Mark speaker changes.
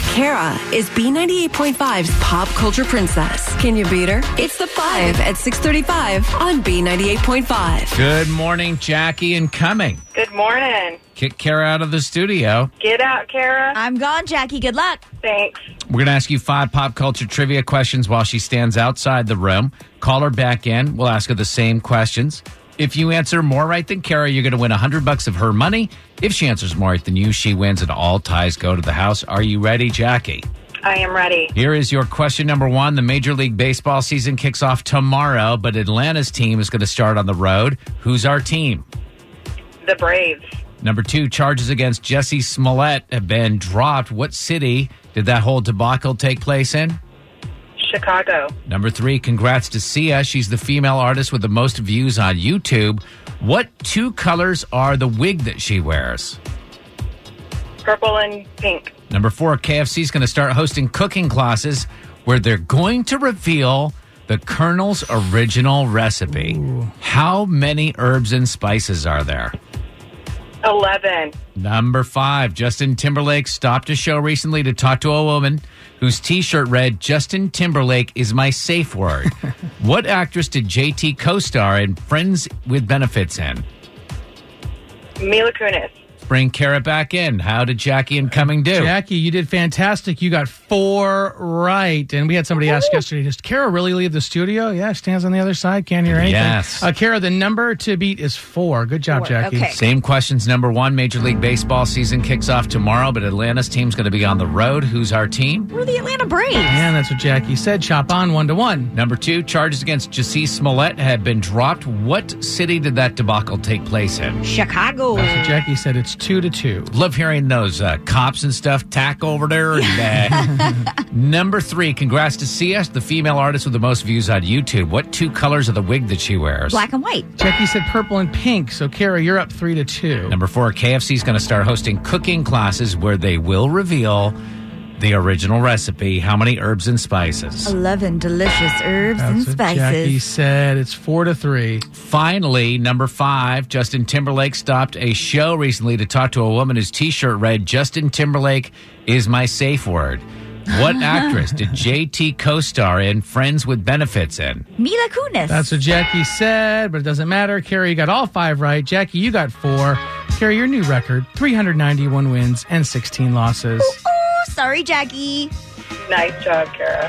Speaker 1: Kara is B98.5's pop culture princess. Can you beat her? It's the 5 at 635 on B98.5.
Speaker 2: Good morning, Jackie and Cumming.
Speaker 3: Good morning.
Speaker 2: Kick Kara out of the studio.
Speaker 3: Get out, Kara.
Speaker 4: I'm gone, Jackie. Good luck.
Speaker 3: Thanks.
Speaker 2: We're going to ask you five pop culture trivia questions while she stands outside the room. Call her back in. We'll ask her the same questions. If you answer more right than Kara, you're going to win 100 bucks of her money. If she answers more right than you, she wins and all ties go to the house. Are you ready, Jackie?
Speaker 3: I am ready.
Speaker 2: Here is your question number one. The Major League Baseball season kicks off tomorrow, but Atlanta's team is going to start on the road. Who's our team?
Speaker 3: The Braves.
Speaker 2: Number two, charges against Jesse Smollett have been dropped. What city did that whole debacle take place in?
Speaker 3: Chicago.
Speaker 2: Number three, congrats to Sia. She's the female artist with the most views on YouTube. What two colors are the wig that she wears?
Speaker 3: Purple and pink.
Speaker 2: Number four, KFC's going to start hosting cooking classes where they're going to reveal the Colonel's original recipe. How many herbs and spices are there?
Speaker 3: 11.
Speaker 2: Number five, Justin Timberlake stopped a show recently to talk to a woman whose t shirt read, Justin Timberlake is my safe word. what actress did JT co star in Friends with Benefits in?
Speaker 3: Mila Kunis.
Speaker 2: Bring Kara back in. How did Jackie and Cumming do?
Speaker 5: Jackie, you did fantastic. You got four right. And we had somebody ask yesterday, does Kara really leave the studio? Yeah, she stands on the other side, can't hear anything.
Speaker 2: Yes.
Speaker 5: Uh, Kara, the number to beat is four. Good job,
Speaker 4: Four,
Speaker 5: Jackie.
Speaker 4: okay.
Speaker 2: Same questions. Number one, Major League Baseball season kicks off tomorrow, but Atlanta's team's going to be on the road. Who's our team?
Speaker 4: We're the Atlanta Braves.
Speaker 5: And that's what Jackie said. Chop on one to one.
Speaker 2: Number two, charges against Jesse Smollett have been dropped. What city did that debacle take place in?
Speaker 4: Chicago.
Speaker 5: So Jackie said it's two to two.
Speaker 2: Love hearing those uh, cops and stuff tack over there. And, uh, number three, congrats to CS, the female artist with the most views on YouTube. What two colors of the wig that she wears?
Speaker 4: Black and white.
Speaker 5: Jackie said purple and pink. So Kara, you're up three to two.
Speaker 2: Number four, KFC's going to start hosting cooking classes where they will reveal the original recipe. How many herbs and spices?
Speaker 4: 11 delicious herbs and
Speaker 5: That's what Jackie
Speaker 4: spices.
Speaker 5: said it's four to three.
Speaker 2: Finally, number five, Justin Timberlake stopped a show recently to talk to a woman whose t shirt read, Justin Timberlake is my safe word. What actress did JT co star in Friends with Benefits in?
Speaker 4: Mila Kunis.
Speaker 5: That's what Jackie said, but it doesn't matter. Carrie, you got all five right. Jackie, you got four. Carrie, your new record 391 wins and 16 losses.
Speaker 4: Ooh, Oh, sorry, Jackie.
Speaker 3: Nice job, Kara.